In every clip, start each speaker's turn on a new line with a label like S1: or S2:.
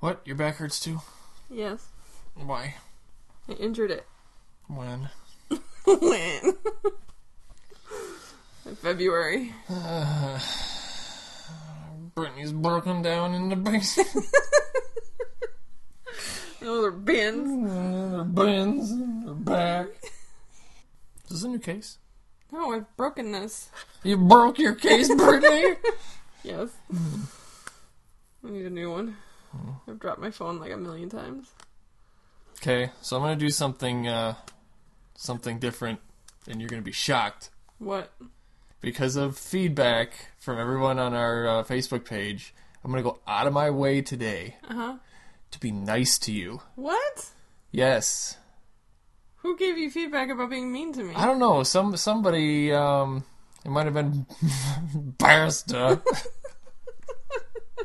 S1: What? Your back hurts too?
S2: Yes,
S1: Why?
S2: I injured it.
S1: When?
S2: when? In February.
S1: Uh, Brittany's broken down in the basement.
S2: Oh, they're bins.
S1: her bends, her back. Is this a new case?
S2: No, Oh, I've broken this.
S1: You broke your case, Brittany?
S2: Yes. I need a new one. I've dropped my phone like a million times.
S1: okay, so I'm gonna do something, uh, something different, and you're gonna be shocked.
S2: What?
S1: because of feedback from everyone on our uh, Facebook page, I'm going to go out of my way today
S2: Uh huh.
S1: to be nice to you.
S2: What?
S1: Yes.
S2: Who gave you feedback about being mean to me?
S1: I don't know. Some somebody um it might have been Barista.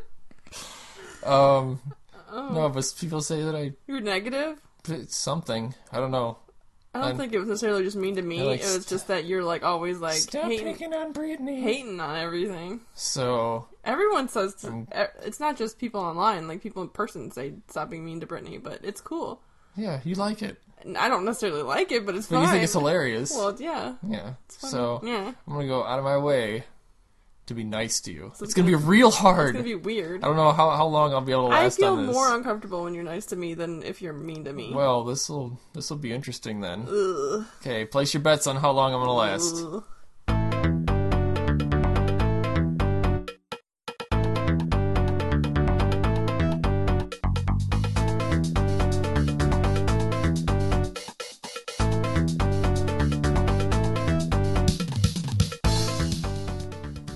S1: um
S2: Oh.
S1: no, but people say that I
S2: You were negative?
S1: did something. I don't know.
S2: I don't
S1: I'm-
S2: think it was necessarily just mean to me.
S1: You're like,
S2: it was
S1: "St-
S2: just that you're like always like
S1: Stop
S2: hating,
S1: picking on Brittany.
S2: hating on everything.
S1: So
S2: Everyone says to,
S1: Mm.
S2: e- it's not just people online. Like people in person say stop being mean to Brittany, but it's cool.
S1: yeah, you like it.
S2: And I don't necessarily like it, but it's
S1: But
S2: fine.
S1: you think it's hilarious.
S2: Well, yeah.
S1: yeah.
S2: Funny.
S1: So
S2: yeah,
S1: I'm gonna go out of my way to be nice to you.
S2: So
S1: it's gonna be real
S2: it's
S1: hard.
S2: gonna be weird.
S1: I don't know how, how long I'll be able to
S2: I
S1: last
S2: feel
S1: on this.
S2: more uncomfortable when you're nice to me than if you're mean to me.
S1: well, this will this will be interesting then.
S2: Ugh.
S1: Okay, place your bets on how long I'm gonna last.
S2: Ugh.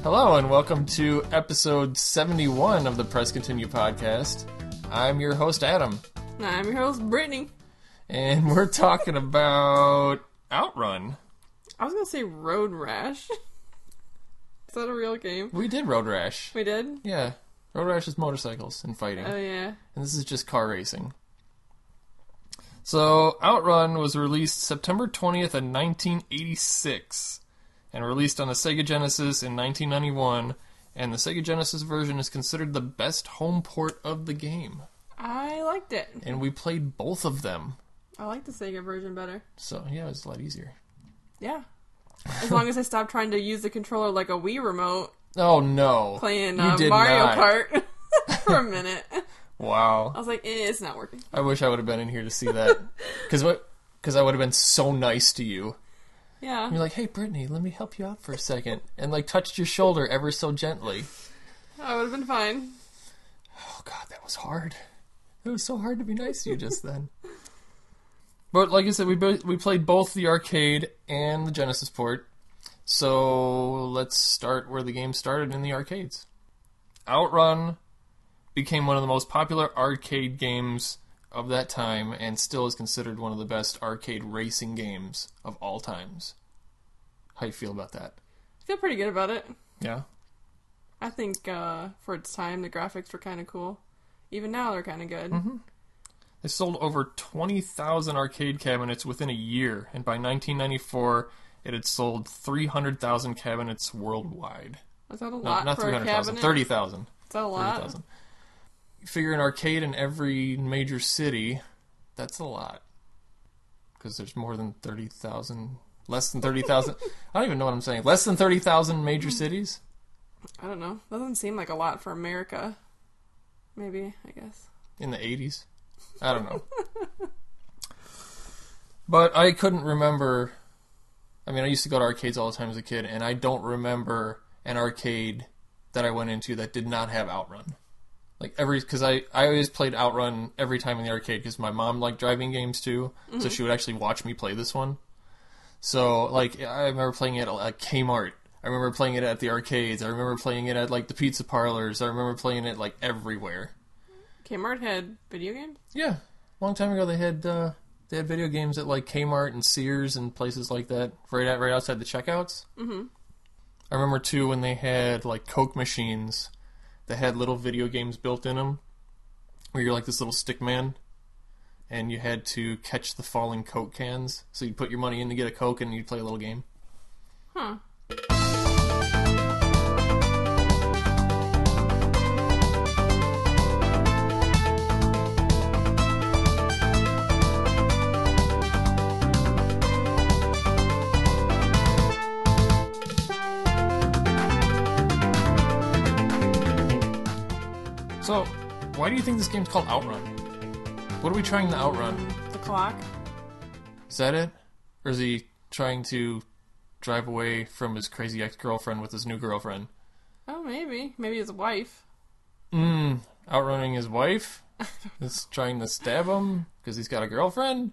S1: Hello and welcome to episode 71 of the Press Continue podcast. I'm your host Adam,
S2: Nah, I'm your host, Brittany.
S1: and we're talking about Outrun.
S2: I was gonna say Road Rash. Is that a real game?
S1: We did Road Rash.
S2: We did?
S1: Yeah, Road Rash is motorcycles and fighting.
S2: Oh yeah.
S1: and this is just car racing. So, Outrun was released September 20th of 1986 and released on the Sega Genesis in 1991, and the Sega Genesis version is considered the best home port of the game.
S2: I liked it.
S1: And we played both of them.
S2: I like the Sega version better.
S1: So, yeah, it was a lot easier.
S2: Yeah. As long as I stop trying to use the controller like a Wii remote
S1: Oh no.
S2: playing
S1: You
S2: uh,
S1: did
S2: Mario
S1: not.
S2: Kart for a minute. I
S1: Wow.
S2: was like, eh, it's not working.
S1: I wish I would have been in here to see that. Cuz what cuz I would have been so nice to you.
S2: Yeah.
S1: You're like, "Hey Brittany, let me help you out for a second." And like touched your shoulder ever so gently.
S2: I would have been fine.
S1: Oh God, that was hard. It was so hard to be nice to you just then. But like I said, we bo- we played both the arcade and the Genesis port. So let's start where the game started in the arcades. Outrun became one of the most popular arcade games of that time and still is considered one of the best arcade racing games of all times. How you feel about that?
S2: I feel pretty good about it.
S1: Yeah.
S2: I think uh, for its time, the graphics were kind of cool. Even now, they're kind of good.
S1: Mm-hmm. They sold over 20,000 arcade cabinets within a year, and by 1994, it had sold 300,000 cabinets worldwide.
S2: Is that a
S1: No,
S2: lot
S1: not
S2: for a
S1: 300,000,
S2: cabinet?
S1: 30,000.
S2: Is that a lot?
S1: 30,000. You figure an arcade in every major city, that's a lot. Because there's more than 30,000, less than 30,000. I don't even know what I'm saying. Less than 30,000
S2: Mm.
S1: major cities?
S2: I don't know. Doesn't seem like a lot for America. Maybe, I guess.
S1: in the 80s. I don't know. but I couldn't remember. I mean, I used to go to arcades all the time as a kid, and I don't remember an arcade that I went into that did not have Outrun. Like every, because I I always played Outrun every time in the arcade because my mom liked driving games too, so she would actually watch me play this one. So like I remember playing it at like, Kmart. I remember playing it at the arcades. I remember playing it at like the pizza parlors. I remember playing it like everywhere.
S2: Kmart had video games?
S1: Yeah, long time ago they had uh, they had video games at like Kmart and Sears and places like that, right out right outside the checkouts. Mm-hmm. I remember too when they had like Coke machines that had little video games built in them, where you're like this little stick man, and you had to catch the falling Coke cans. So you'd put your money in to get a Coke, and you'd play a little game.
S2: Huh.
S1: Why do you think this game's called Outrun? What are we trying to outrun?
S2: The clock.
S1: Is that it? Or is he trying to drive away from his crazy ex girlfriend with his new girlfriend?
S2: Oh, maybe. Maybe his wife.
S1: Mmm, outrunning his wife? Is trying to stab him because he's got a girlfriend?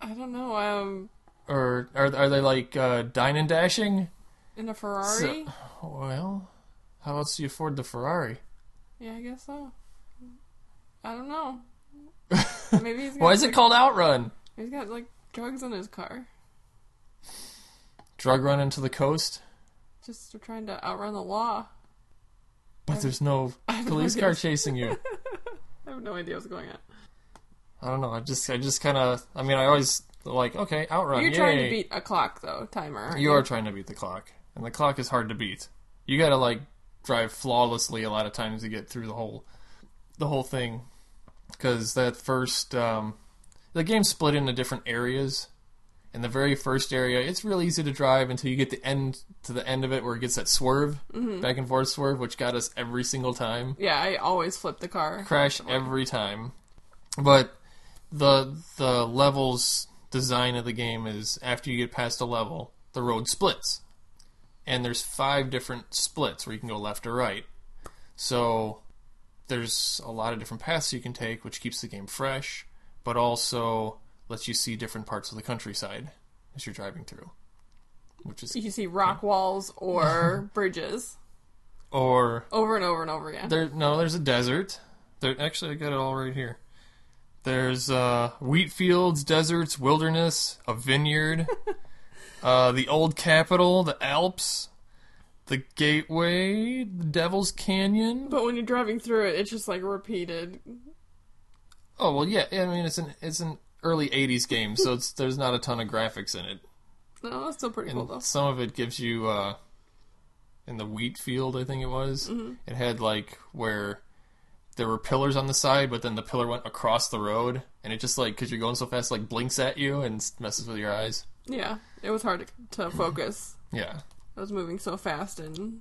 S2: I don't know. Um,
S1: Or are, are they like uh, dine and dashing?
S2: in a Ferrari.
S1: Well, how else do you afford the Ferrari?
S2: Yeah, I guess so. I don't know. Maybe he's got,
S1: Why is it
S2: like-
S1: called Outrun?
S2: He's got like drugs in his car,
S1: Drug run into the coast?
S2: just trying to outrun the law.
S1: But there's no
S2: have no
S1: police car
S2: idea.
S1: chasing you.
S2: I have no idea what's going on.
S1: I don't know. I just, I just kind of. I mean, I always like, okay, outrun.
S2: You're trying to
S1: yay.
S2: beat a clock though, timer. aren't
S1: You are trying to beat the clock, and the clock is hard to beat. You gotta like drive flawlessly a lot of times to get through the whole, the whole thing, because that first, um, the game's split into different areas. And the very first area, it's real easy to drive until you get the end to the end of it where it gets that swerve, back and forth swerve, which got us every single time
S2: Yeah, I always flip the car.
S1: crash every time. But the the levels design of the game is after you get past a level, the road splits. And there's five different splits where you can go left or right. So there's a lot of different paths you can take, which keeps the game fresh, but also lets you see different parts of the countryside as you're driving through. Which is
S2: You see rock walls or bridges
S1: or
S2: over and over and over again.
S1: There, no, there's a desert. There, actually, I got it all right here. There's uh, wheat fields, deserts, wilderness, a vineyard, uh, the old capital, the Alps, the gateway, the Devil's Canyon.
S2: But when you're driving through it, it's just like repeated.
S1: Oh well, yeah. I mean, it's an it's an early '80s game, so it's there's not a ton of graphics in it.
S2: No, that's still pretty cool
S1: and
S2: though.
S1: some of it gives you uh, in the wheat field i think it was it had like where there were pillars on the side but then the pillar went across the road and it just like because you're going so fast like blinks at you and s- messes with your eyes
S2: Yeah, it was hard to, to focus.
S1: yeah
S2: I was moving so fast and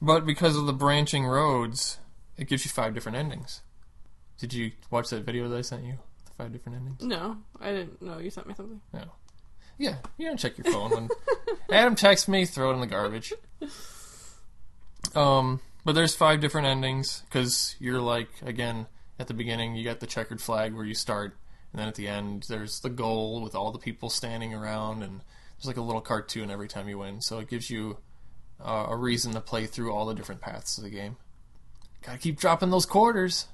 S1: but because of the branching roads it gives you five different endings did you watch that video that i sent you the five different endings
S2: no, I didn't know you sent me something.
S1: no yeah you don't check your phone when adam texts me throw it in the garbage Um, but there's five different endings because you're like again at the beginning you got the checkered flag where you start, and then at the end there's the goal with all the people standing around, and there's like a little cartoon every time you win, so it gives you uh, a reason to play through all the different paths of the game. Gotta keep dropping those quarters.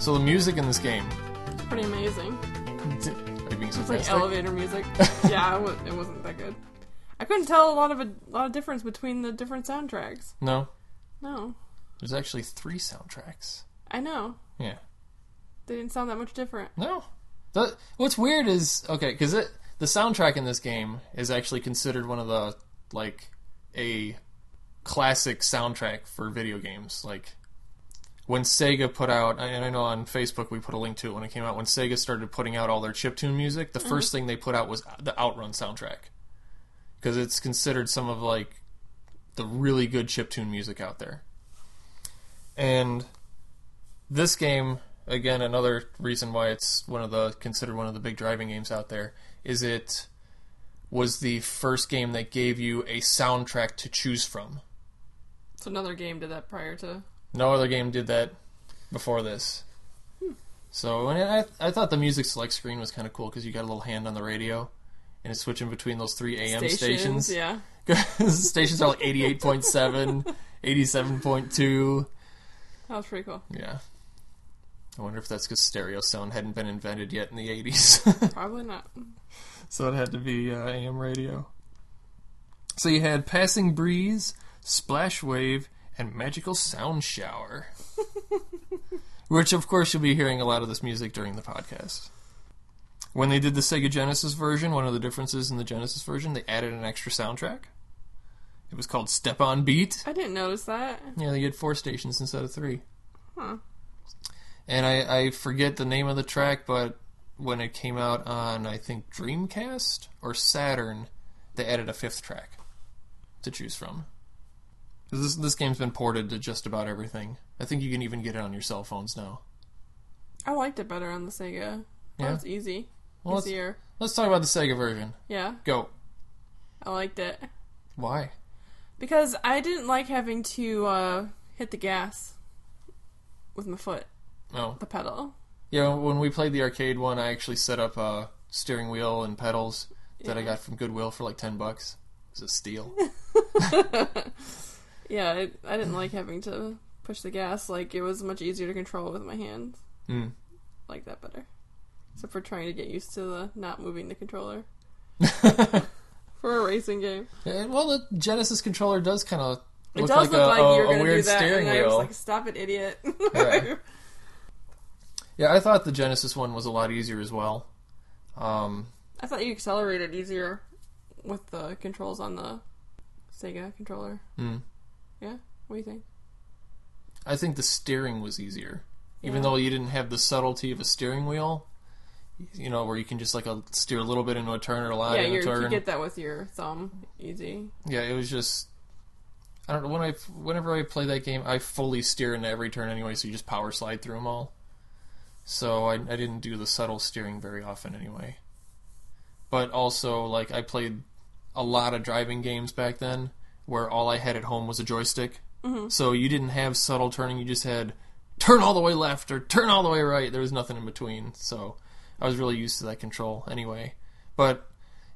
S1: So the music in this game,
S2: It's pretty amazing.
S1: d- are you being
S2: It's like
S1: sarcastic?
S2: elevator music. yeah, it, wa- it wasn't that good. I couldn't tell a lot of a lot of difference between the different soundtracks.
S1: no,
S2: No,
S1: there's actually three soundtracks.
S2: I know
S1: Yeah.
S2: they didn't sound that much different.
S1: No. The, what's weird is okay because the soundtrack in this game is actually considered one of the like a classic soundtrack for video games. Like when Sega put out, and I know on Facebook we put a link to it when it came out. When Sega started putting out all their chiptune music, the first thing they put out was the Outrun soundtrack because it's considered some of like the really good chiptune music out there. And this game again another reason why it's one of the considered one of the big driving games out there is it was the first game that gave you a soundtrack to choose from
S2: So another game did that prior to.
S1: no other game did that before this so and I, I thought the music select screen was kind of cool because you got a little hand on the radio and it's switching between those three am stations,
S2: yeah.
S1: stations are like 88.7 87.2
S2: That was pretty cool.
S1: Yeah. I wonder if that's because stereo sound hadn't been invented yet in the 80s.
S2: Probably not.
S1: so it had to be uh, AM radio. So you had Passing Breeze, Splash Wave, and Magical Sound Shower. Which, of course, you'll be hearing a lot of this music during the podcast. When they did the Sega Genesis version, one of the differences in the Genesis version, they added an extra soundtrack. It was called Step on Beat.
S2: I didn't notice that.
S1: Yeah, they had four stations instead of three.
S2: Huh.
S1: And I, I forget the name of the track, but when it came out on, I think, Dreamcast or Saturn, they added a fifth track to choose from. 'Cause This, this game's been ported to just about everything. I think you can even get it on your cell phones now.
S2: I liked it better on the Sega.
S1: Yeah.
S2: That was easy.
S1: Well, let's,
S2: Easier.
S1: let's talk about the Sega version.
S2: Yeah,
S1: Go.
S2: I liked it.
S1: Why?
S2: Because I didn't like having to uh, hit the gas with my foot,
S1: Oh.
S2: the pedal.
S1: Yeah, when we played the arcade one, I actually set up a steering wheel and pedals that I
S2: Yeah.
S1: got from Goodwill for like 10 bucks. It was a steal.
S2: Yeah, it, I didn't like having to push the gas. Like, it was much easier to control with my hands.
S1: mm.
S2: I like that better. Except for trying to get used to the not moving the controller for a racing game.
S1: Yeah, Eh, well, the Genesis controller does kind of
S2: It
S1: look
S2: does
S1: like
S2: look
S1: a,
S2: like
S1: a-
S2: you're
S1: a
S2: gonna
S1: weird
S2: do that,
S1: steering
S2: and I
S1: wheel.
S2: was like, "Stop it, idiot!"
S1: Yeah. Yeah, I thought the Genesis one was a lot easier as well. Um,
S2: I thought you accelerated easier with the controls on the Sega controller.
S1: mm.
S2: Yeah, what do you think?
S1: I think the steering was easier, even
S2: Yeah.
S1: though you didn't have the subtlety of a steering wheel. You know, where you can just like a, steer a little bit into a turn or a line
S2: yeah,
S1: and a
S2: you're,
S1: turn.
S2: you get that with your thumb, easy.
S1: yeah, it was just. I don't know when I whenever I play that game, I fully steer into every turn anyway, so you just power slide through them all. So I, I didn't do the subtle steering very often anyway. But also, like I played a lot of driving games back then, where all I had at home was a joystick. So you didn't have subtle turning; you just had turn all the way left or turn all the way right. There was nothing in between, so I was really used to that control anyway. But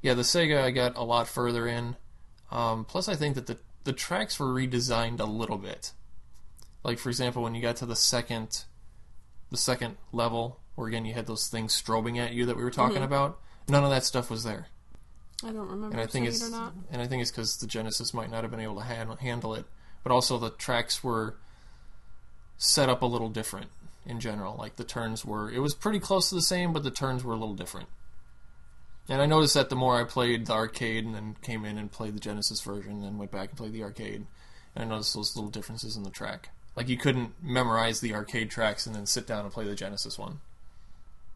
S1: yeah, the Sega I got a lot further in. Um, plus, I think that the the tracks were redesigned a little bit. Like for example, when you got to the second, the second level, where again you had those things strobing at you that we were talking about, none of that stuff was there.
S2: I don't remember
S1: And I
S2: if seeing
S1: think
S2: it
S1: it's
S2: or not.
S1: and I think it's because the Genesis might not have been able to han- handle it, but also the tracks were set up a little different in general. Like the turns were, it was pretty close to the same, but the turns were a little different. And I noticed that the more I played the arcade, and then came in and played the Genesis version, and then went back and played the arcade, and I noticed those little differences in the track. Like you couldn't memorize the arcade tracks and then sit down and play the Genesis one.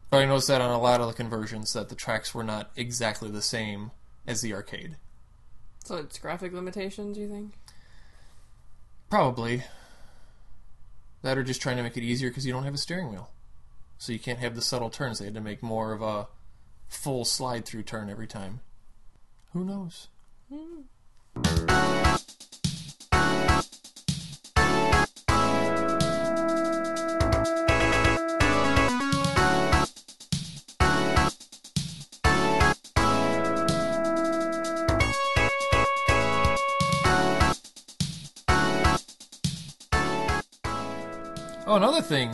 S1: But I noticed that on a lot of the conversions that the tracks were not exactly the same as the arcade.
S2: So it's graphic limitations, you think?
S1: Probably. That or just trying to make it easier because you don't have a steering wheel. So you can't have the subtle turns. They had to make more of a full slide through turn every time. Who knows? Oh, another thing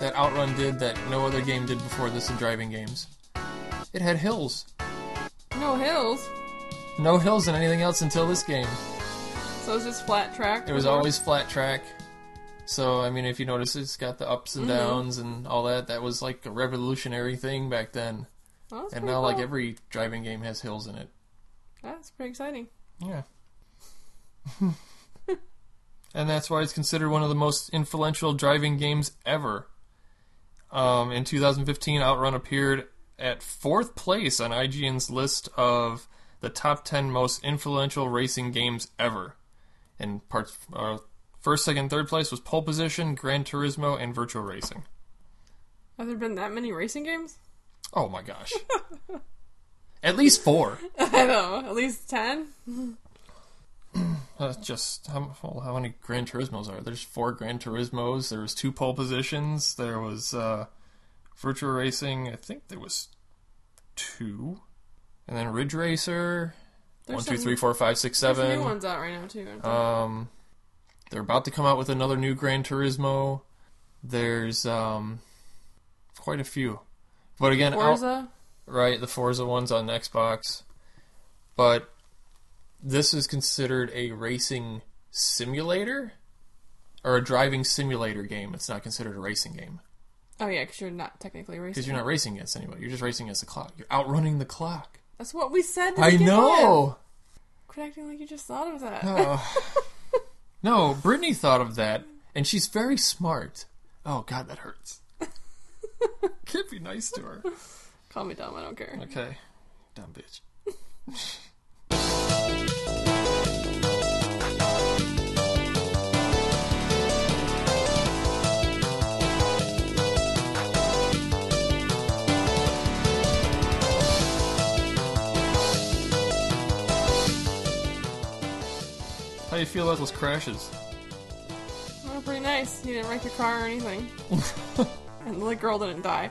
S1: that Outrun did that no other game did before this in driving games it had hills.
S2: No hills,
S1: No hills in anything else until this game.
S2: so it's just flat track.
S1: It was
S2: before?
S1: always flat track. So I mean, if you notice, it's got the ups and downs and all that. That was like a revolutionary thing back then.
S2: Oh, that's
S1: And
S2: pretty
S1: now, like
S2: cool.
S1: every driving game has hills in it.
S2: That's pretty exciting.
S1: Yeah. and that's why it's considered one of the most influential driving games ever. Um, in 2015, Outrun appeared at fourth place on IGN's list of the top 10 most influential racing games ever. And parts uh, first, second, third place was Pole Position, Gran Turismo, and Virtual Racing.
S2: Have there been that many racing games?
S1: Oh my gosh. at least four.
S2: I don't know, at least ten.
S1: Uh, just how, well, how many Gran Turismos are there? There's four Gran Turismos. There was two pole positions. There was uh, Virtua Racing. I think there was two, and then Ridge Racer.
S2: There's
S1: one, two,
S2: some-
S1: three, four, five, six,
S2: There's
S1: seven.
S2: new ones out right now too. aren't there?
S1: Um, they're about to come out with another new Gran Turismo. There's um, quite a few, but again, out-
S2: Forza.
S1: right? The Forza ones on Xbox, but this is considered a racing simulator or a driving simulator game. It's not considered a racing game
S2: Oh yeah, because you're not technically racing.
S1: because you're not racing against anybody. You're just racing against the clock. You're outrunning the clock.
S2: That's what we said. to
S1: I
S2: begin with.
S1: know.
S2: Quit acting like you just thought of that.
S1: Oh. no, Brittany thought of that, and she's very smart. Oh God, that hurts. Can't be nice to her.
S2: Call me dumb. I don't care.
S1: Okay, dumb bitch. How do you feel about those crashes?
S2: Oh, pretty nice. You didn't wreck your car or anything. and the girl didn't die.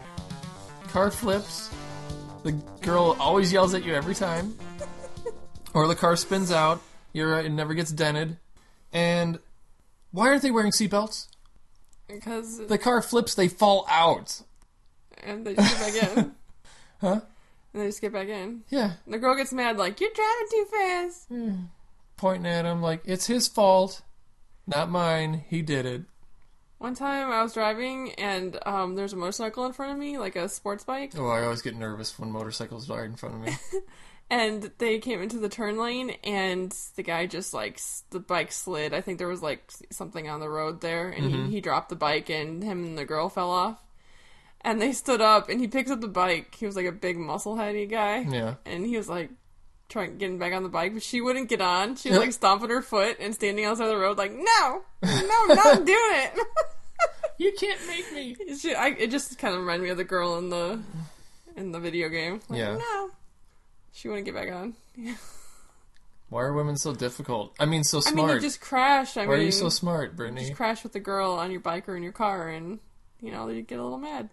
S1: Car flips. The girl always yells at you every time. or the car spins out. You're right, it never gets dented. And why aren't they wearing seatbelts?
S2: Because
S1: The car flips, they fall out.
S2: and they just get back in.
S1: Huh?
S2: And they just get back in.
S1: Yeah,
S2: And the girl gets mad, like you're driving too fast.
S1: pointing at him like it's his fault, not mine. He did it.
S2: One time I was driving and um, there's a motorcycle in front of me, like a sports bike,
S1: Oh, I always get nervous when motorcycles are in front of me.
S2: and they came into the turn lane and the guy just like s- the bike slid. I think there was like s- something on the road there, and
S1: Mm-hmm.
S2: he, he dropped the bike and him and the girl fell off. And they stood up and he picks up the bike. He was like a big muscle heady guy.
S1: Yeah.
S2: and he was like trying getting back on the bike, but she wouldn't get on. She was
S1: Yeah.
S2: like stomping her foot and standing outside the road, like no, no, not doing it.
S1: You can't make me.
S2: she, I, it just kind of reminded me of the girl in the in the video game. Like,
S1: Yeah.
S2: no, she wouldn't get back on.
S1: Why are women so difficult? I mean, so
S2: I
S1: smart.
S2: mean, you just crashed. I
S1: Why
S2: mean,
S1: are you so smart, Brittany?
S2: just crash with the girl on your bike or in your car, and you know you get a little mad.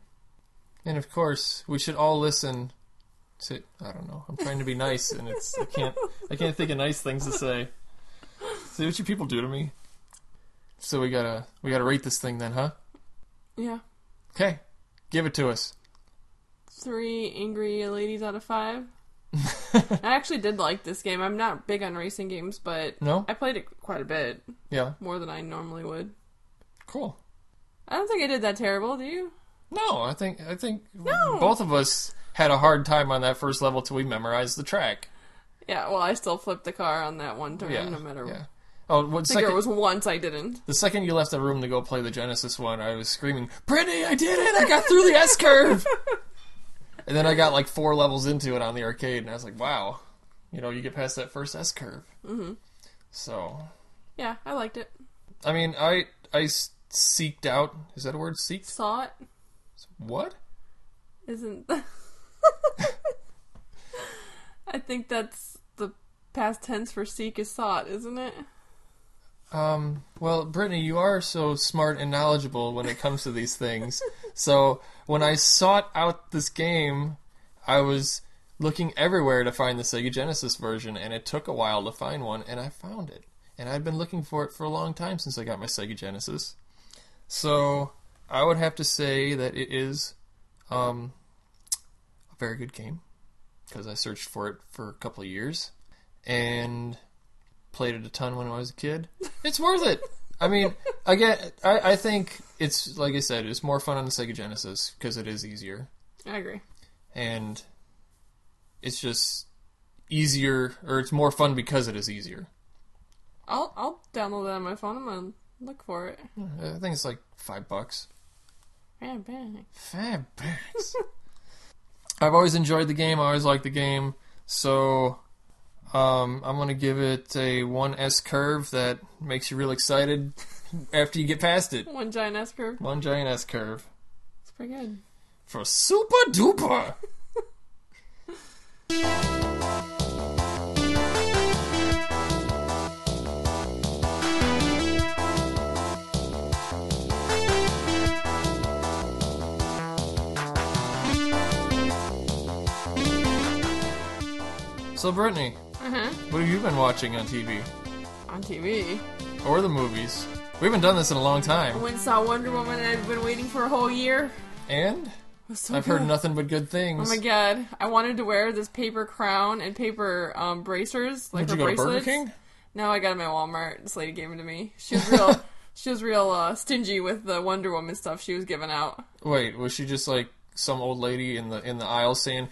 S1: And of course, we should all listen to. I don't know. I'm trying to be nice, and it's I can't. I can't think of nice things to say. See what you people do to me. So we gotta we gotta rate this thing then, huh?
S2: Yeah,
S1: Okay, give it to us.
S2: three angry ladies out of five. I actually did like this game. I'm not big on racing games, but
S1: No?
S2: I played it quite a bit.
S1: Yeah.
S2: more than I normally would.
S1: Cool.
S2: I don't think I did that terrible, do you?
S1: No, I think I think
S2: No.
S1: both of us had a hard time on that first level till we memorized the track.
S2: Yeah, well, I still flipped the car on that one turn,
S1: Yeah.
S2: no matter
S1: yeah.
S2: what.
S1: Oh, what
S2: I think
S1: second?
S2: there was once I didn't.
S1: The second you left the room to go play the Genesis one, I was screaming, Brittany, I did it! I got through the S curve! and then I got like four levels into it on the arcade, and I was like, wow. You know, you get past that first S curve. Mm-hmm. So,
S2: Yeah, I liked it.
S1: I mean, I, I s- seeked out. Is that a word? Seeked?
S2: Saw it.
S1: What?
S2: Isn't. I think that's the past tense for seek is sought, isn't it?
S1: Um, well, Brittany, you are so smart and knowledgeable when it comes to these things. so when I sought out this game, I was looking everywhere to find the Sega Genesis version, and it took a while to find one, and I found it. And I'd been looking for it for a long time since I got my Sega Genesis. So I would have to say that it is um, a very good game because I searched for it for a couple of years and played it a ton when I was a kid. It's worth it. I mean, again, I, I think it's like I said, it's more fun on the Sega Genesis because it is easier
S2: I agree.
S1: and it's just easier or it's more fun because it is easier.
S2: I'll I'll download that on my phone. I'm gonna look for it.
S1: I think it's like five bucks.
S2: Yeah, bang.
S1: Five bucks. I've always enjoyed the game. I always liked the game. So um, I'm gonna give it a one S curve that makes you real excited after you get past it.
S2: One giant S curve.
S1: One giant S curve.
S2: It's pretty good.
S1: for Super Duper. So Brittany,
S2: Uh huh.
S1: what have you been watching on TV
S2: On TV.
S1: or the movies? We haven't done this in a long
S2: I
S1: time,
S2: went and saw Wonder Woman. and I've been waiting for a whole year.
S1: and
S2: It was so
S1: I've heard
S2: good.
S1: nothing but good things.
S2: Oh my god! I wanted to wear this paper crown and paper um, bracers, like
S1: Did
S2: her
S1: you go to
S2: bracelets.
S1: Burger King?
S2: No, I got them at Walmart. This lady gave them to me. She was real. she was real uh, stingy with the Wonder Woman stuff she was giving out.
S1: Wait, was she just like some old lady in the in the aisle saying,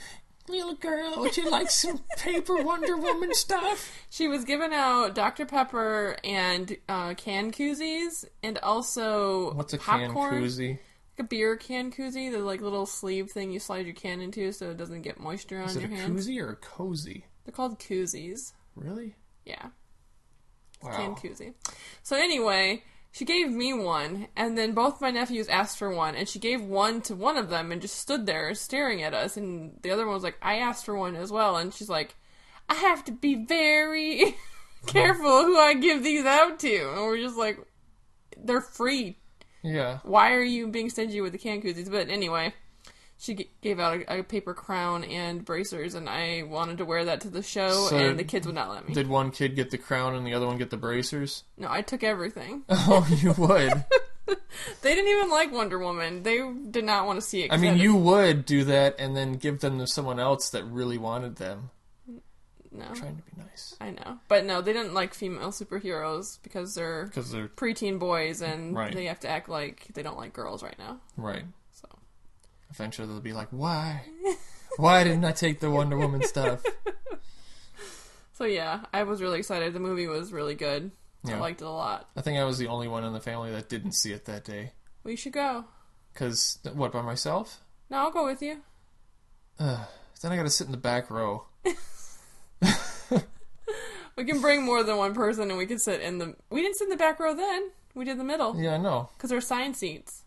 S1: Little girl, would you like some paper Wonder Woman stuff?
S2: She was given out Dr. Pepper and uh, can koozies, and also
S1: What's a
S2: popcorn,
S1: can koozie?
S2: like a beer can koozie, the like little sleeve thing you slide your can into so it doesn't get moisture on
S1: Is it a
S2: your hands.
S1: koozie or a cozy?
S2: They're called koozies.
S1: Really?
S2: Yeah, can
S1: Wow.
S2: koozie. So anyway, she gave me one, and then both my nephews asked for one, and she gave one to one of them and just stood there staring at us, and the other one was like, "I asked for one as well," and she's like, "I have to be very careful who I give these out to," and we're just like, "They're free.
S1: Yeah.
S2: Why are you being stingy with the can koozies?" But anyway. She g- gave out a, a paper crown and bracers, and I wanted to wear that to the show,
S1: So-
S2: and the kids would not let me.
S1: Did one kid get the crown and the other one get the bracers?
S2: no, I took everything.
S1: Oh, you would.
S2: They didn't even like Wonder Woman. They did not want to see it.
S1: I
S2: 'cause
S1: mean,
S2: had-
S1: you would do that and then give them to someone else that really wanted them.
S2: No,
S1: Trying to be nice.
S2: I know, but no, they didn't like female superheroes because they're
S1: Because they're.
S2: preteen boys and
S1: Right.
S2: they have to act like they don't like girls right now.
S1: Right.
S2: So
S1: Eventually they'll be like, why? Why didn't I take the Wonder Woman stuff?
S2: so yeah, I was really excited. The movie was really good. I
S1: Yeah.
S2: liked it a lot.
S1: I think I was the only one in the family that didn't see it that day.
S2: We should go.
S1: Because, what, by myself?
S2: No, I'll go with you.
S1: Ugh. then I gotta sit in the back row.
S2: We can bring more than one person and we can sit in the. We didn't sit in the back row then. We did the middle.
S1: Yeah, I know.
S2: because they're assigned seats.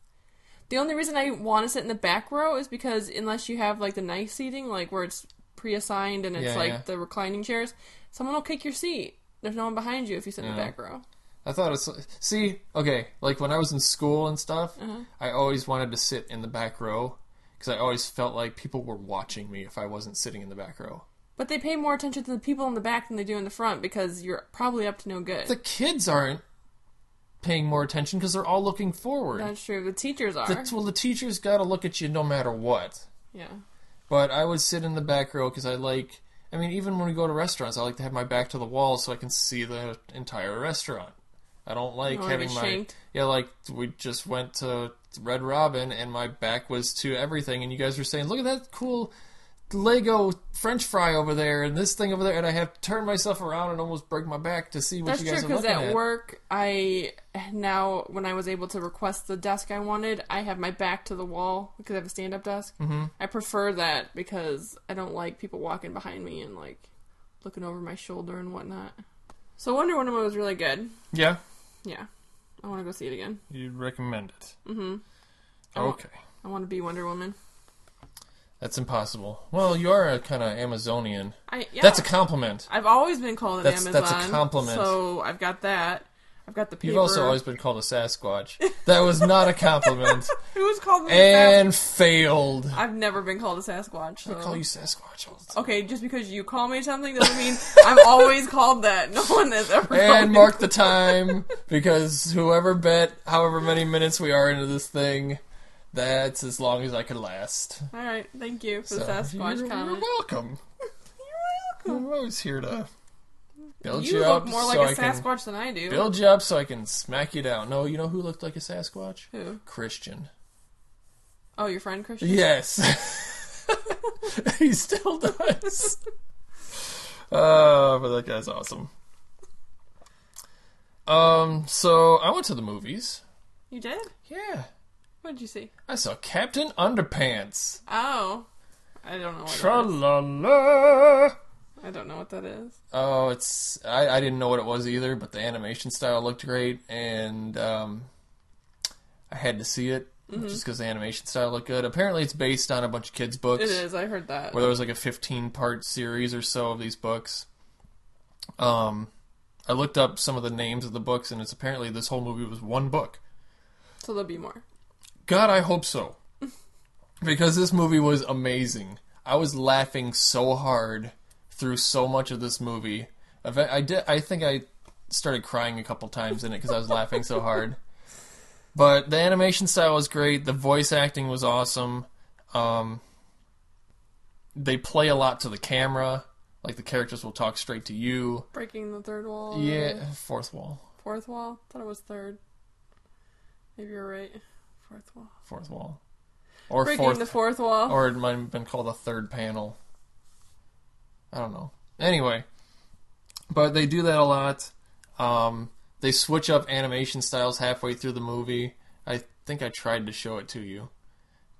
S2: The only reason I want to sit in the back row is because unless you have like the nice seating, like where it's pre-assigned and it's
S1: Yeah,
S2: like
S1: yeah.
S2: the reclining chairs, someone will kick your seat. There's no one behind you if you sit in the
S1: Yeah.
S2: back row.
S1: I thought it's see okay like when I was in school and stuff,
S2: Mm-hmm.
S1: I always wanted to sit in the back row because I always felt like people were watching me if I wasn't sitting in the back row.
S2: But they pay more attention to the people in the back than they do in the front because you're probably up to no good.
S1: The kids aren't paying more attention because they're all looking forward.
S2: That's true. The teachers are.
S1: That's- well, the teacher's got to look at you no matter what.
S2: yeah.
S1: But I would sit in the back row because I like. I mean, even when we go to restaurants, I like to have my back to the wall so I can see the entire restaurant. I don't like
S2: Oh, You don't wanna
S1: having
S2: be
S1: my
S2: shanked.
S1: yeah. Like we just went to Red Robin and my back was to everything, and you guys were saying, "Look at that cool Lego French fry over there, and this thing over there," and I have to turn myself around and almost break my back to see what
S2: That's
S1: you
S2: true
S1: guys are
S2: because
S1: looking
S2: at
S1: at.
S2: work, I now when I was able to request the desk I wanted, I have my back to the wall because I have a stand-up desk. Mm-hmm. I prefer that because I don't like people walking behind me and like looking over my shoulder and whatnot. So Wonder Woman was really good.
S1: Yeah,
S2: Yeah, I want to go see it again.
S1: you'd recommend it.
S2: Mhm.
S1: Okay,
S2: I want to be Wonder Woman.
S1: that's impossible. Well, you are a kind of Amazonian.
S2: I yeah.
S1: That's a compliment.
S2: I've always been called an
S1: That's-
S2: Amazon.
S1: that's a compliment.
S2: So I've got that. I've got the paper.
S1: You've also always been called a Sasquatch. That was not a compliment.
S2: Who's called me? a Sas-
S1: and failed.
S2: I've never been called a Sasquatch. So.
S1: I call you Sasquatch all the time.
S2: Okay, just because you call me something doesn't mean I'm always called that. No one has ever called
S1: And
S2: me.
S1: mark the time because whoever bet however many minutes we are into this thing, that's as long as I can last.
S2: All right, thank you for the
S1: So,
S2: Sasquatch
S1: you're,
S2: comment.
S1: You're welcome.
S2: You're welcome.
S1: I'm always here to build
S2: You
S1: you,
S2: look
S1: up
S2: more
S1: so
S2: like a
S1: I can
S2: Sasquatch than I do.
S1: build you up so I can smack you down. No, you know who looked like a Sasquatch?
S2: Who?
S1: Christian.
S2: Oh, your friend Christian.
S1: Yes. he still does. Uh, but that guy's awesome. Um, so I went to the movies.
S2: You did?
S1: Yeah.
S2: What did you see?
S1: I saw Captain Underpants.
S2: Oh, I don't know. What
S1: Tra
S2: that is.
S1: la la.
S2: I don't know what that is.
S1: Oh, it's I, I didn't know what it was either, but the animation style looked great, and um, I had to see it just because the animation style looked good. Apparently, it's based on a bunch of kids' books.
S2: It is. I heard that.
S1: where there was like a 15 part series or so of these books. Um, I looked up some of the names of the books, and it's apparently this whole movie was one book.
S2: So there'll be more.
S1: God, I hope so. Because this movie was amazing. I was laughing so hard through so much of this movie. Eve- I did. I think I started crying a couple times in it because I was laughing so hard. But the animation style was great. The voice acting was awesome. Um, they play a lot to the camera. Like the characters will talk straight to you.
S2: Breaking the third wall.
S1: Yeah, fourth wall,
S2: Fourth wall. Thought it was third. Maybe you're right. Fourth wall.
S1: fourth wall, or
S2: Breaking
S1: fourth,
S2: the fourth wall.
S1: or it might have been called a third panel. I don't know. Anyway, but they do that a lot. Um, they switch up animation styles halfway through the movie. I think I tried to show it to you,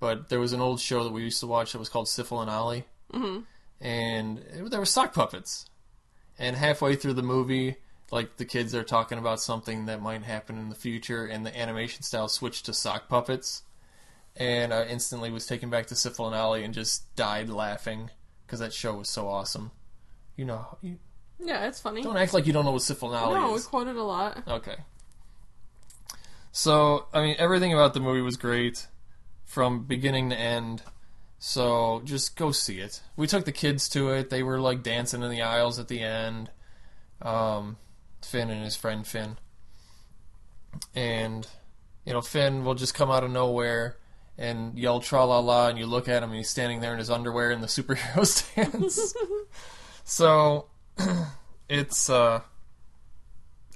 S1: but there was an old show that we used to watch that was called Syphil and Ollie, mm-hmm. and it, there were sock puppets. And halfway through the movie, like the kids are talking about something that might happen in the future, and the animation style switched to sock puppets. And I instantly was taken back to Syphil and Ollie and just died laughing because that show was so awesome. You know, you
S2: Yeah, it's funny.
S1: don't act like you don't know what Syphil and Ollie
S2: no, we
S1: is.
S2: quoted a lot.
S1: Okay. So, I mean, everything about the movie was great from beginning to end. So, just go see it. We took the kids to it. They were like dancing in the aisles at the end. Um, Finn and his friend Finn. And, you know, Finn will just come out of nowhere and yell tra la la, and you look at him and he's standing there in his underwear in the superhero stance. so, it's, uh,.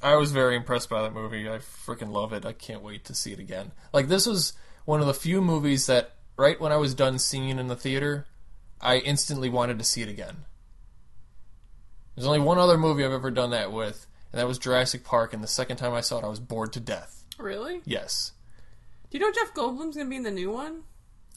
S1: I was very impressed by that movie. I freaking love it. I can't wait to see it again. Like this was one of the few movies that right when I was done seeing it in the theater, I instantly wanted to see it again. There's only one other movie I've ever done that with, and that was Jurassic Park, and the second time I saw it I was bored to death.
S2: Really?
S1: Yes.
S2: Do you know Jeff Goldblum's gonna be in the new one?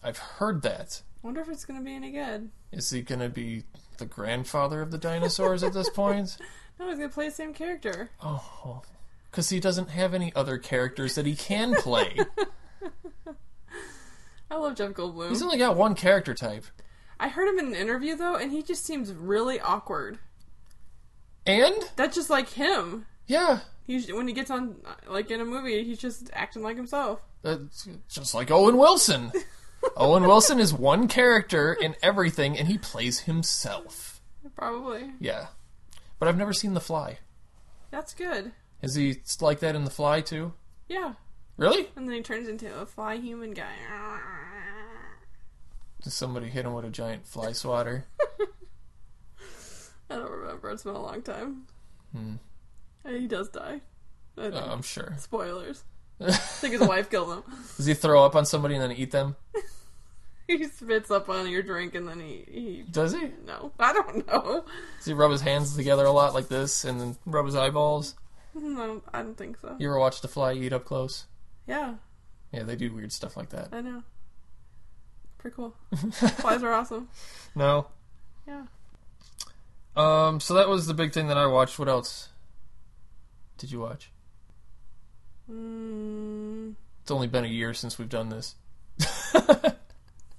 S1: I've heard that.
S2: Wonder if it's gonna be any good.
S1: Is he gonna be the grandfather of the dinosaurs at this point?
S2: No, he's gonna play the same character.
S1: Oh, because he doesn't have any other characters that he can play.
S2: I love Jeff Goldblum.
S1: He's only got one character type.
S2: I heard him in an interview though, and he just seems really awkward.
S1: And
S2: That's just like him.
S1: yeah,
S2: He's when he gets on like in a movie, he's just acting like himself.
S1: that's just like Owen Wilson. Owen Wilson is one character in everything, and he plays himself.
S2: Probably.
S1: Yeah, but I've never seen The Fly.
S2: That's good.
S1: Is he like that in The Fly too?
S2: Yeah.
S1: Really?
S2: And then he turns into a fly human guy.
S1: Does somebody hit him with a giant fly swatter?
S2: I don't remember. It's been a long time. And he does die. I think.
S1: Hmm. Uh, I'm sure.
S2: Spoilers. I
S1: Does
S2: think his wife kills him.
S1: he throw up on somebody and then eat them?
S2: He spits up on your drink and then he, he
S1: Does he?
S2: no. I don't know.
S1: Does he rub his hands together a lot like this and then rub his eyeballs?
S2: No, I don't think so.
S1: You ever watch The Fly eat up close?
S2: Yeah,
S1: Yeah, they do weird stuff like that.
S2: I know. Pretty cool. Flies are awesome.
S1: No.
S2: Yeah.
S1: Um, so that was the big thing that I watched. What else did you watch?
S2: Mm,
S1: It's only been a year since we've done this.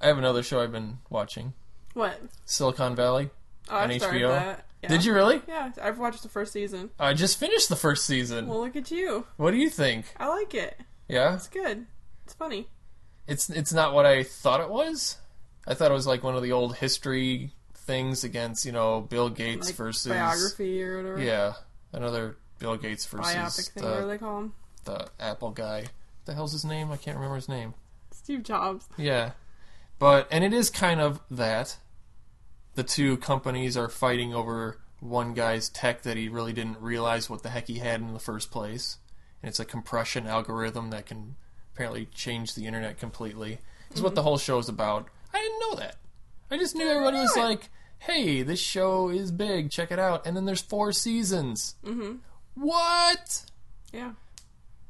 S1: I have another show I've been watching,
S2: what?
S1: Silicon Valley.
S2: Oh, I
S1: On
S2: started
S1: HBO?
S2: that. Yeah.
S1: Did you really?
S2: Yeah, I've watched the first season.
S1: I just finished the first season.
S2: Well, look at you.
S1: what do you think?
S2: I like it.
S1: Yeah,
S2: It's good. It's funny.
S1: it's it's not what I thought it was. I thought it was like one of the old history things against you know Bill Gates
S2: Like
S1: versus
S2: biography or whatever.
S1: yeah another Bill Gates
S2: Biopic
S1: versus
S2: thing, whatever
S1: the,
S2: they call him.
S1: the Apple guy. the hell's his name? I can't remember his name.
S2: Steve Jobs.
S1: Yeah. But and it is kind of that the two companies are fighting over one guy's tech that he really didn't realize what the heck he had in the first place. And it's a compression algorithm that can apparently change the internet completely. Is what the whole show is about. I didn't know that. I just knew everybody was like, "Hey, this show is big. Check it out." And then there's four seasons. Mm-hmm. What?
S2: Yeah.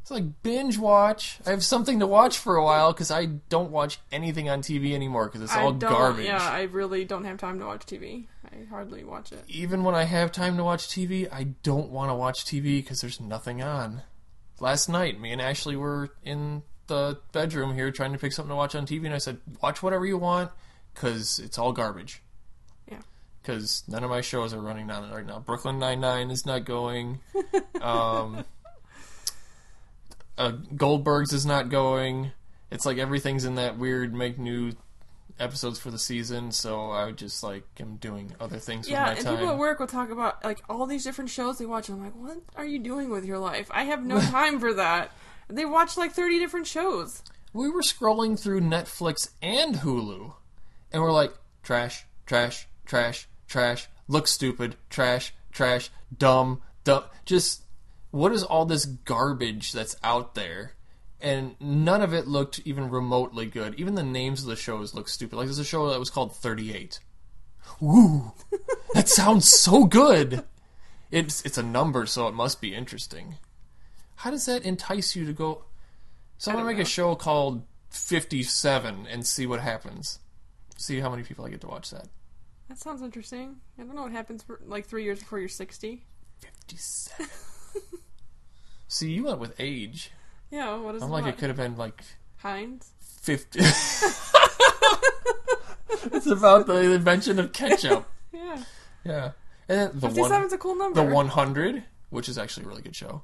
S1: It's like binge watch. I have something to watch for a while because I don't watch anything on TV anymore because it's all
S2: I don't,
S1: garbage.
S2: Yeah, I really don't have time to watch TV. I hardly watch it.
S1: Even when I have time to watch TV, I don't want to watch TV because there's nothing on. Last night, me and Ashley were in the bedroom here trying to pick something to watch on TV, and I said, "Watch whatever you want because it's all garbage."
S2: Yeah.
S1: Because none of my shows are running on it right now. Brooklyn Nine Nine is not going. Um, uh, Goldberg's is not going. It's like everything's in that weird make new episodes for the season. So I just like am doing other things
S2: yeah,
S1: with
S2: and
S1: my
S2: people at
S1: time.
S2: work will talk about like all these different shows they watch. I'm like, what are you doing with your life? I have no time for that. They watch like 30 different shows.
S1: we were scrolling through Netflix and Hulu, and we're like, trash, trash, trash, trash. Look stupid, trash, trash, dumb, dumb. Just what is all this garbage that's out there? And none of it looked even remotely good. Even the names of the shows look stupid. Like there's a show that was called 38. Woo! That sounds so good. It's it's a number, so it must be interesting. How does that entice you to go? So I'm
S2: I
S1: gonna
S2: don't
S1: make a
S2: know.
S1: show called Fifty Seven and see what happens. See how many people I get to watch that.
S2: That sounds interesting. I don't know what happens for, like three years before you're 60.
S1: Fifty seven. see, you went with age.
S2: Yeah, what is
S1: I'm like it could have been like
S2: Heinz?
S1: fifty. it's about the invention of ketchup.
S2: Yeah.
S1: Yeah, and then the one.
S2: 57's a cool number.
S1: The 100, which is actually a really good show.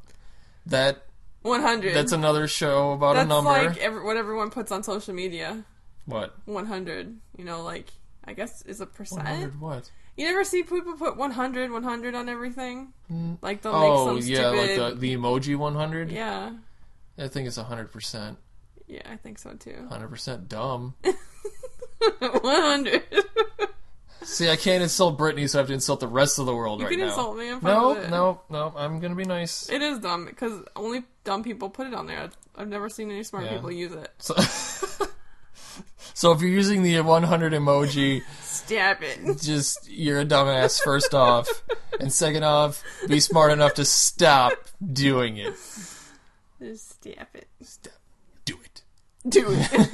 S1: That
S2: 100.
S1: that's another show about
S2: That's
S1: a number.
S2: like every, what everyone puts on social media.
S1: what?
S2: 100. You know, like, I guess is a percent.
S1: 100 what?
S2: You never see people put 100, 100 on everything? Like, they'll
S1: Oh,
S2: make some
S1: yeah,
S2: stupid...
S1: like the, the emoji 100.
S2: Yeah.
S1: I think it's 100%.
S2: Yeah, I think so too.
S1: 100% dumb.
S2: 100.
S1: See, I can't insult Britney, so I have to insult the rest of the world
S2: you
S1: right
S2: can
S1: now.
S2: insult me. I'm fine
S1: no,
S2: with it.
S1: no, no. I'm going to be nice.
S2: It is dumb because only dumb people put it on there. I've- I've never seen any smart
S1: Yeah.
S2: people use it.
S1: So, so if you're using the 100 emoji,
S2: Stab it.
S1: just you're a dumbass first off and second off be smart enough to stop doing it
S2: Just stab it.
S1: Stop. do it
S2: Do it.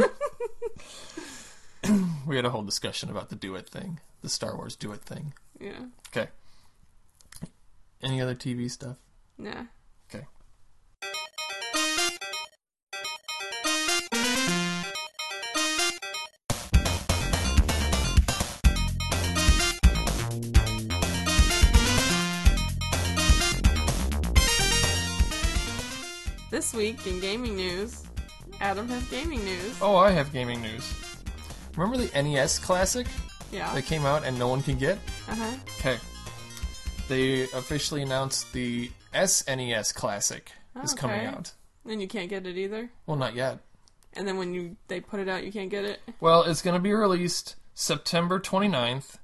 S1: we had a whole discussion about the do it thing the star wars do it thing
S2: yeah.
S1: okay any other tv stuff
S2: Nah.
S1: okay
S2: This week in gaming news, Adam has gaming news.
S1: oh i have gaming news remember the nes classic
S2: yeah.
S1: that came out and no one can get
S2: uh huh.
S1: okay they officially announced the snes classic is coming
S2: Oh, Okay.
S1: out
S2: And you can't get it either.
S1: well not yet
S2: And then when you they put it out, you can't get it.
S1: Well, it's going to be released September 29th.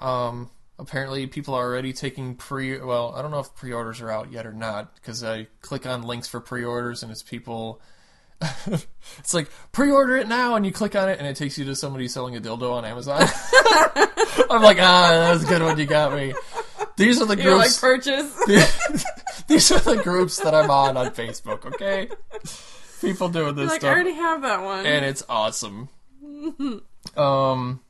S1: Um, apparently, people are already taking pre. Well, I don't know if pre orders are out yet or not because I click on links for pre orders and it's people. it's like pre order it now and you click on it and it takes you to somebody selling a dildo on Amazon. I'm like, ah, that was a good one. You got me. These are the
S2: You're like
S1: groups.
S2: purchase.
S1: these are the groups that I'm on on Facebook. Okay, people doing this
S2: like I
S1: stuff
S2: already have that one.
S1: and it's awesome. um,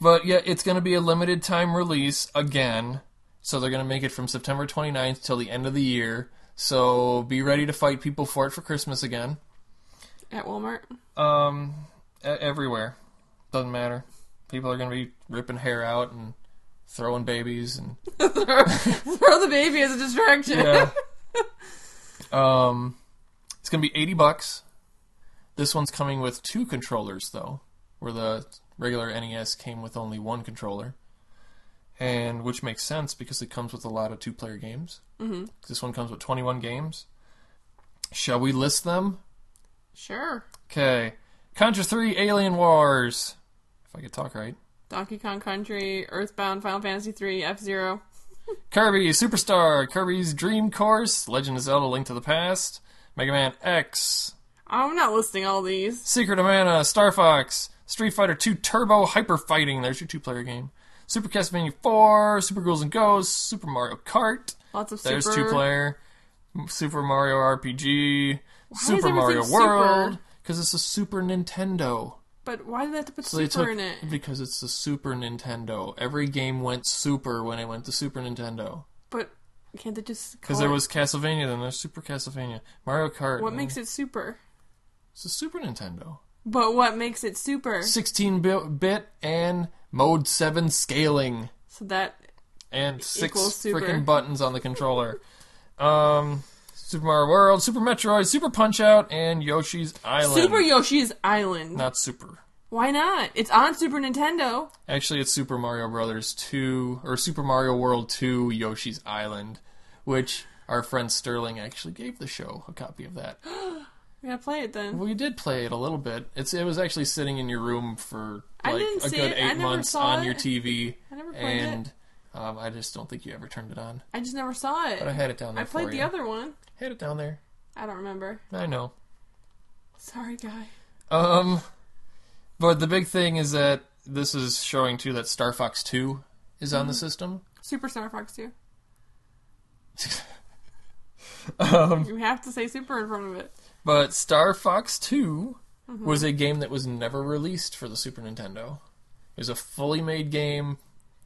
S1: but yeah, it's going to be a limited time release again. So they're going to make it from September 29th till the end of the year. So be ready to fight people for it for Christmas again.
S2: At Walmart.
S1: Um, e- everywhere. Doesn't matter. People are going to be ripping hair out and throwing babies and
S2: throw, throw the baby as a distraction.
S1: yeah. um, it's gonna be eighty bucks. This one's coming with two controllers though, where the regular NES came with only one controller, and which makes sense because it comes with a lot of two-player games. Mm-hmm. This one comes with twenty-one games. Shall we list them?
S2: Sure.
S1: Okay, Contra Three, Alien Wars. If I could talk right.
S2: Donkey Kong Country, Earthbound, Final Fantasy III, F Zero.
S1: Kirby Superstar, Kirby's Dream Course, Legend of Zelda: Link to the Past, Mega Man X,
S2: I'm not listing all these.
S1: Secret of Mana, Star Fox, Street Fighter 2 Turbo Hyper Fighting. There's your two player game. Super Castlevania 4, Super Ghouls and Ghosts, Super Mario Kart.
S2: Lots of
S1: There's
S2: super.
S1: two player. Super Mario RPG, Super
S2: everything
S1: Mario
S2: super?
S1: World. Because it's a Super Nintendo.
S2: But why did they have to put
S1: So
S2: super
S1: they took-
S2: in it?
S1: Because it's a Super Nintendo. Every game went super when it went to Super Nintendo.
S2: But can't they just? Call
S1: Because there
S2: it-
S1: was Castlevania, then there's Super Castlevania, Mario Kart.
S2: What
S1: and-
S2: makes it super?
S1: It's a Super Nintendo.
S2: But what makes it super?
S1: 16 bi- bit and mode 7 scaling
S2: So that
S1: and six
S2: E Equals super.
S1: freaking buttons on the controller. um, Super Mario World, Super Metroid, Super Punch Out, and Yoshi's Island.
S2: Super Yoshi's Island.
S1: Not Super.
S2: Why not? It's on Super Nintendo.
S1: Actually, it's Super Mario Brothers 2 or Super Mario World 2 Yoshi's Island, which our friend Sterling actually gave the show a copy of that.
S2: We gotta play it then.
S1: We did play it a little bit. It's it was actually sitting in your room for
S2: I
S1: like
S2: didn't
S1: a
S2: see
S1: good
S2: it. I
S1: eight
S2: never
S1: months
S2: saw
S1: on your
S2: it.
S1: TV,
S2: I never played it.
S1: and um, I just don't think you ever turned it on.
S2: I just never saw it.
S1: But I had it down
S2: I
S1: there.
S2: played
S1: for
S2: the
S1: you.
S2: other one.
S1: Had it down there.
S2: I don't remember.
S1: I know.
S2: Sorry, guy.
S1: Um, but the big thing is that this is showing too that Star Fox 2 is
S2: Mm-hmm.
S1: on the system.
S2: Super Star Fox 2.
S1: Um,
S2: You have to say super in front of it.
S1: but Star Fox 2
S2: Mm-hmm.
S1: was a game that was never released for the Super Nintendo. It was a fully made game,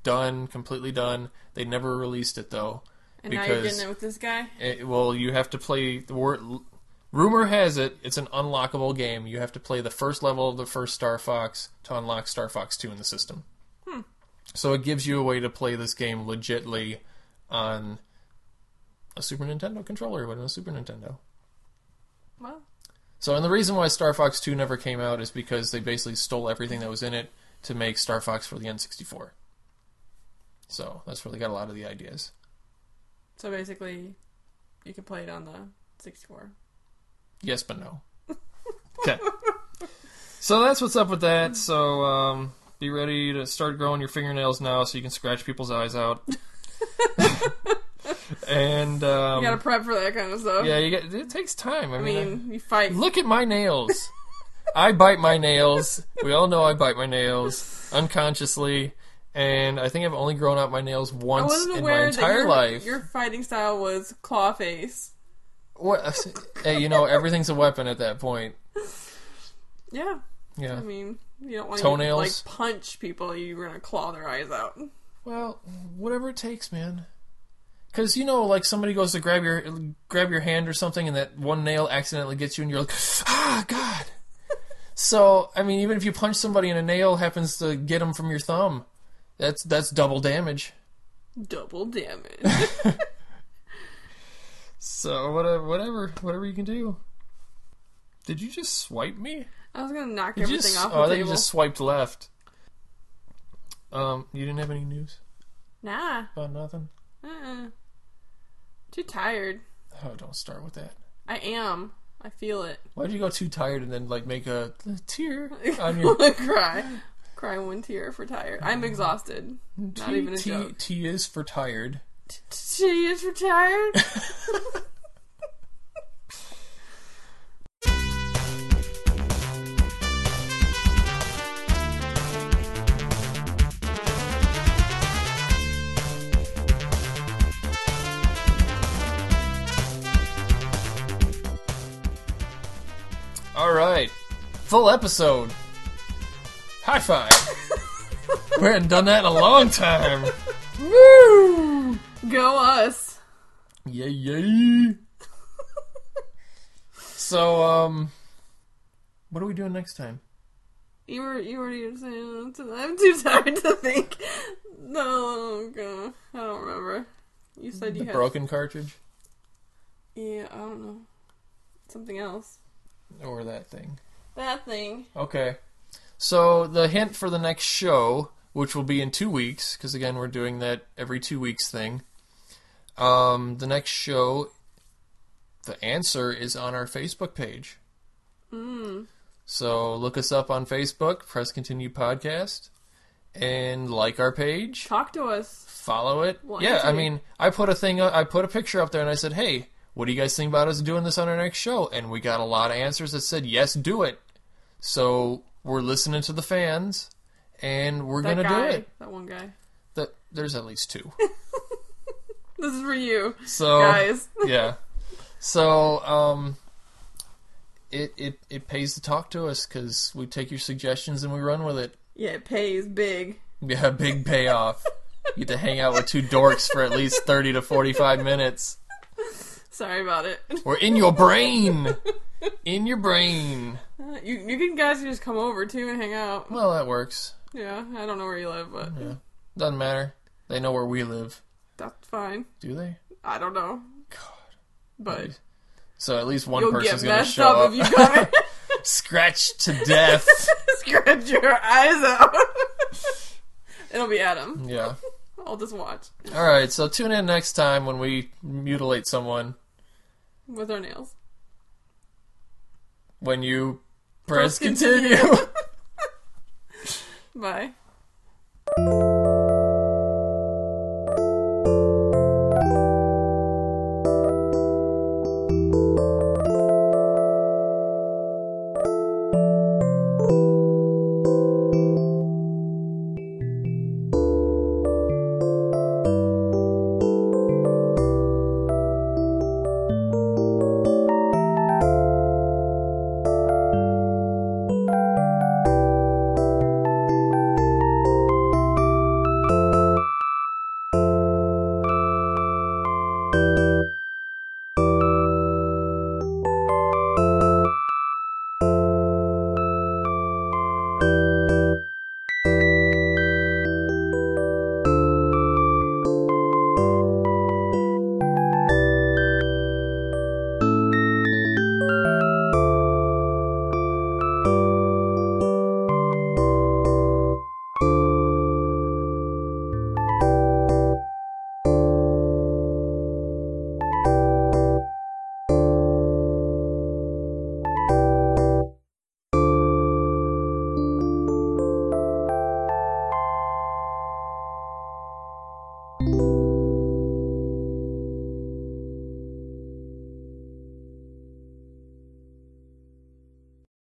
S1: done, completely done. They never released it though.
S2: And now you're
S1: Because-
S2: getting it with this guy?
S1: It, Eh, well, you have to play the word. Rumor has it it's an unlockable game. You have to play the first level of the first Star Fox to unlock Star Fox Two in the system. So it gives you a way to play this game legitly on a Super Nintendo controller, but on a Super Nintendo.
S2: Well,
S1: So, and the reason why Star Fox 2 never came out is because they basically stole everything that was in it to make Star Fox for the N64. So, that's where they got a lot of the ideas.
S2: so basically, you can play it on the 64.
S1: Yes, but no. Okay. so, that's what's up with that. So, um, be ready to start growing your fingernails now so you can scratch people's eyes out. and, um,
S2: you gotta prep for that kind of stuff.
S1: yeah, you get, it takes time. I,
S2: I
S1: mean, I-
S2: mean, you fight.
S1: Look at my nails. I bite my nails. We all know I bite my nails unconsciously, and I think I've only grown out my nails
S2: I
S1: once
S2: wasn't
S1: in
S2: aware
S1: my entire
S2: that your,
S1: life.
S2: your fighting style was claw face.
S1: What? Hey, you know everything's a weapon at that point.
S2: Yeah. I
S1: Yeah.
S2: mean, you don't want to
S1: Toenails.
S2: like punch people. You're gonna claw their eyes out.
S1: Well, whatever it takes, man. Cause you know, like somebody goes to grab your grab your hand or something, and that one nail accidentally gets you, and you're like, ah, God. So I mean, even if you punch somebody and a nail happens to get them from your thumb, that's that's double damage.
S2: Double damage.
S1: So whatever, whatever, whatever you can do. Did you just swipe me?
S2: I was gonna knock
S1: Did you
S2: everything
S1: just,
S2: off
S1: oh, I
S2: the
S1: thought you
S2: table.
S1: just swiped left. Um, you didn't have any news
S2: Nah.
S1: about nothing.
S2: Uh-uh. Too tired.
S1: Oh, don't start with that.
S2: I am. I feel it.
S1: Why'd you go too tired and then like make a, a tear on your
S2: cry. Cry one tear for tired. I'm exhausted. Not
S1: T-
S2: even a
S1: T-
S2: joke.
S1: T is for tired.
S2: She is retired.
S1: All right, full episode. High five. we hadn't done that in a long time. Woo!
S2: Go us.
S1: Yay, yay. so, um, what are we doing next time?
S2: You were you were you were saying I'm too- I'm too tired to think. No, God. I don't remember. You said you
S1: The
S2: had
S1: broken cartridge?
S2: yeah. I don't know something else.
S1: Or that thing?
S2: That thing.
S1: Okay. So, the hint for the next show, which will be in two weeks, because again, we're doing that every two weeks thing. Um, the next show, the answer is on our Facebook page.
S2: Mm.
S1: So, look us up on Facebook, press continue podcast, and like our page.
S2: Talk to us.
S1: follow it.
S2: Well,
S1: yeah, I
S2: actually-
S1: mean, I put a thing, I put a picture up there, and I said, "Hey, what do you guys think about us doing this on our next show?" And we got a lot of answers that said, "Yes, do it." So we're listening to the fans, and we're
S2: That
S1: gonna
S2: guy.
S1: do it.
S2: That one guy.
S1: That there's at least two.
S2: This is for you
S1: So
S2: guys.
S1: yeah, so um, it it it pays to talk to us because we take your suggestions and we run with it.
S2: Yeah, it pays big.
S1: Yeah, big payoff. You get to hang out with two dorks for at least thirty to forty-five minutes.
S2: Sorry about it.
S1: We're in your brain. in your brain.
S2: Uh, You you can guys can just come over too and hang out.
S1: Well, that works.
S2: Yeah, I don't know where you live, but
S1: Doesn't matter. They know where we live.
S2: that's fine.
S1: Do they?
S2: I don't know,
S1: God.
S2: but
S1: So at least one
S2: you'll
S1: person's
S2: get
S1: gonna
S2: messed
S1: show
S2: up,
S1: up,
S2: if you come in
S1: scratched to death.
S2: and scratch your eyes out. It'll be Adam.
S1: yeah.
S2: I'll just watch
S1: All right. So tune in next time when we mutilate someone.
S2: with our nails.
S1: When you press
S2: continue.
S1: continue.
S2: Bye.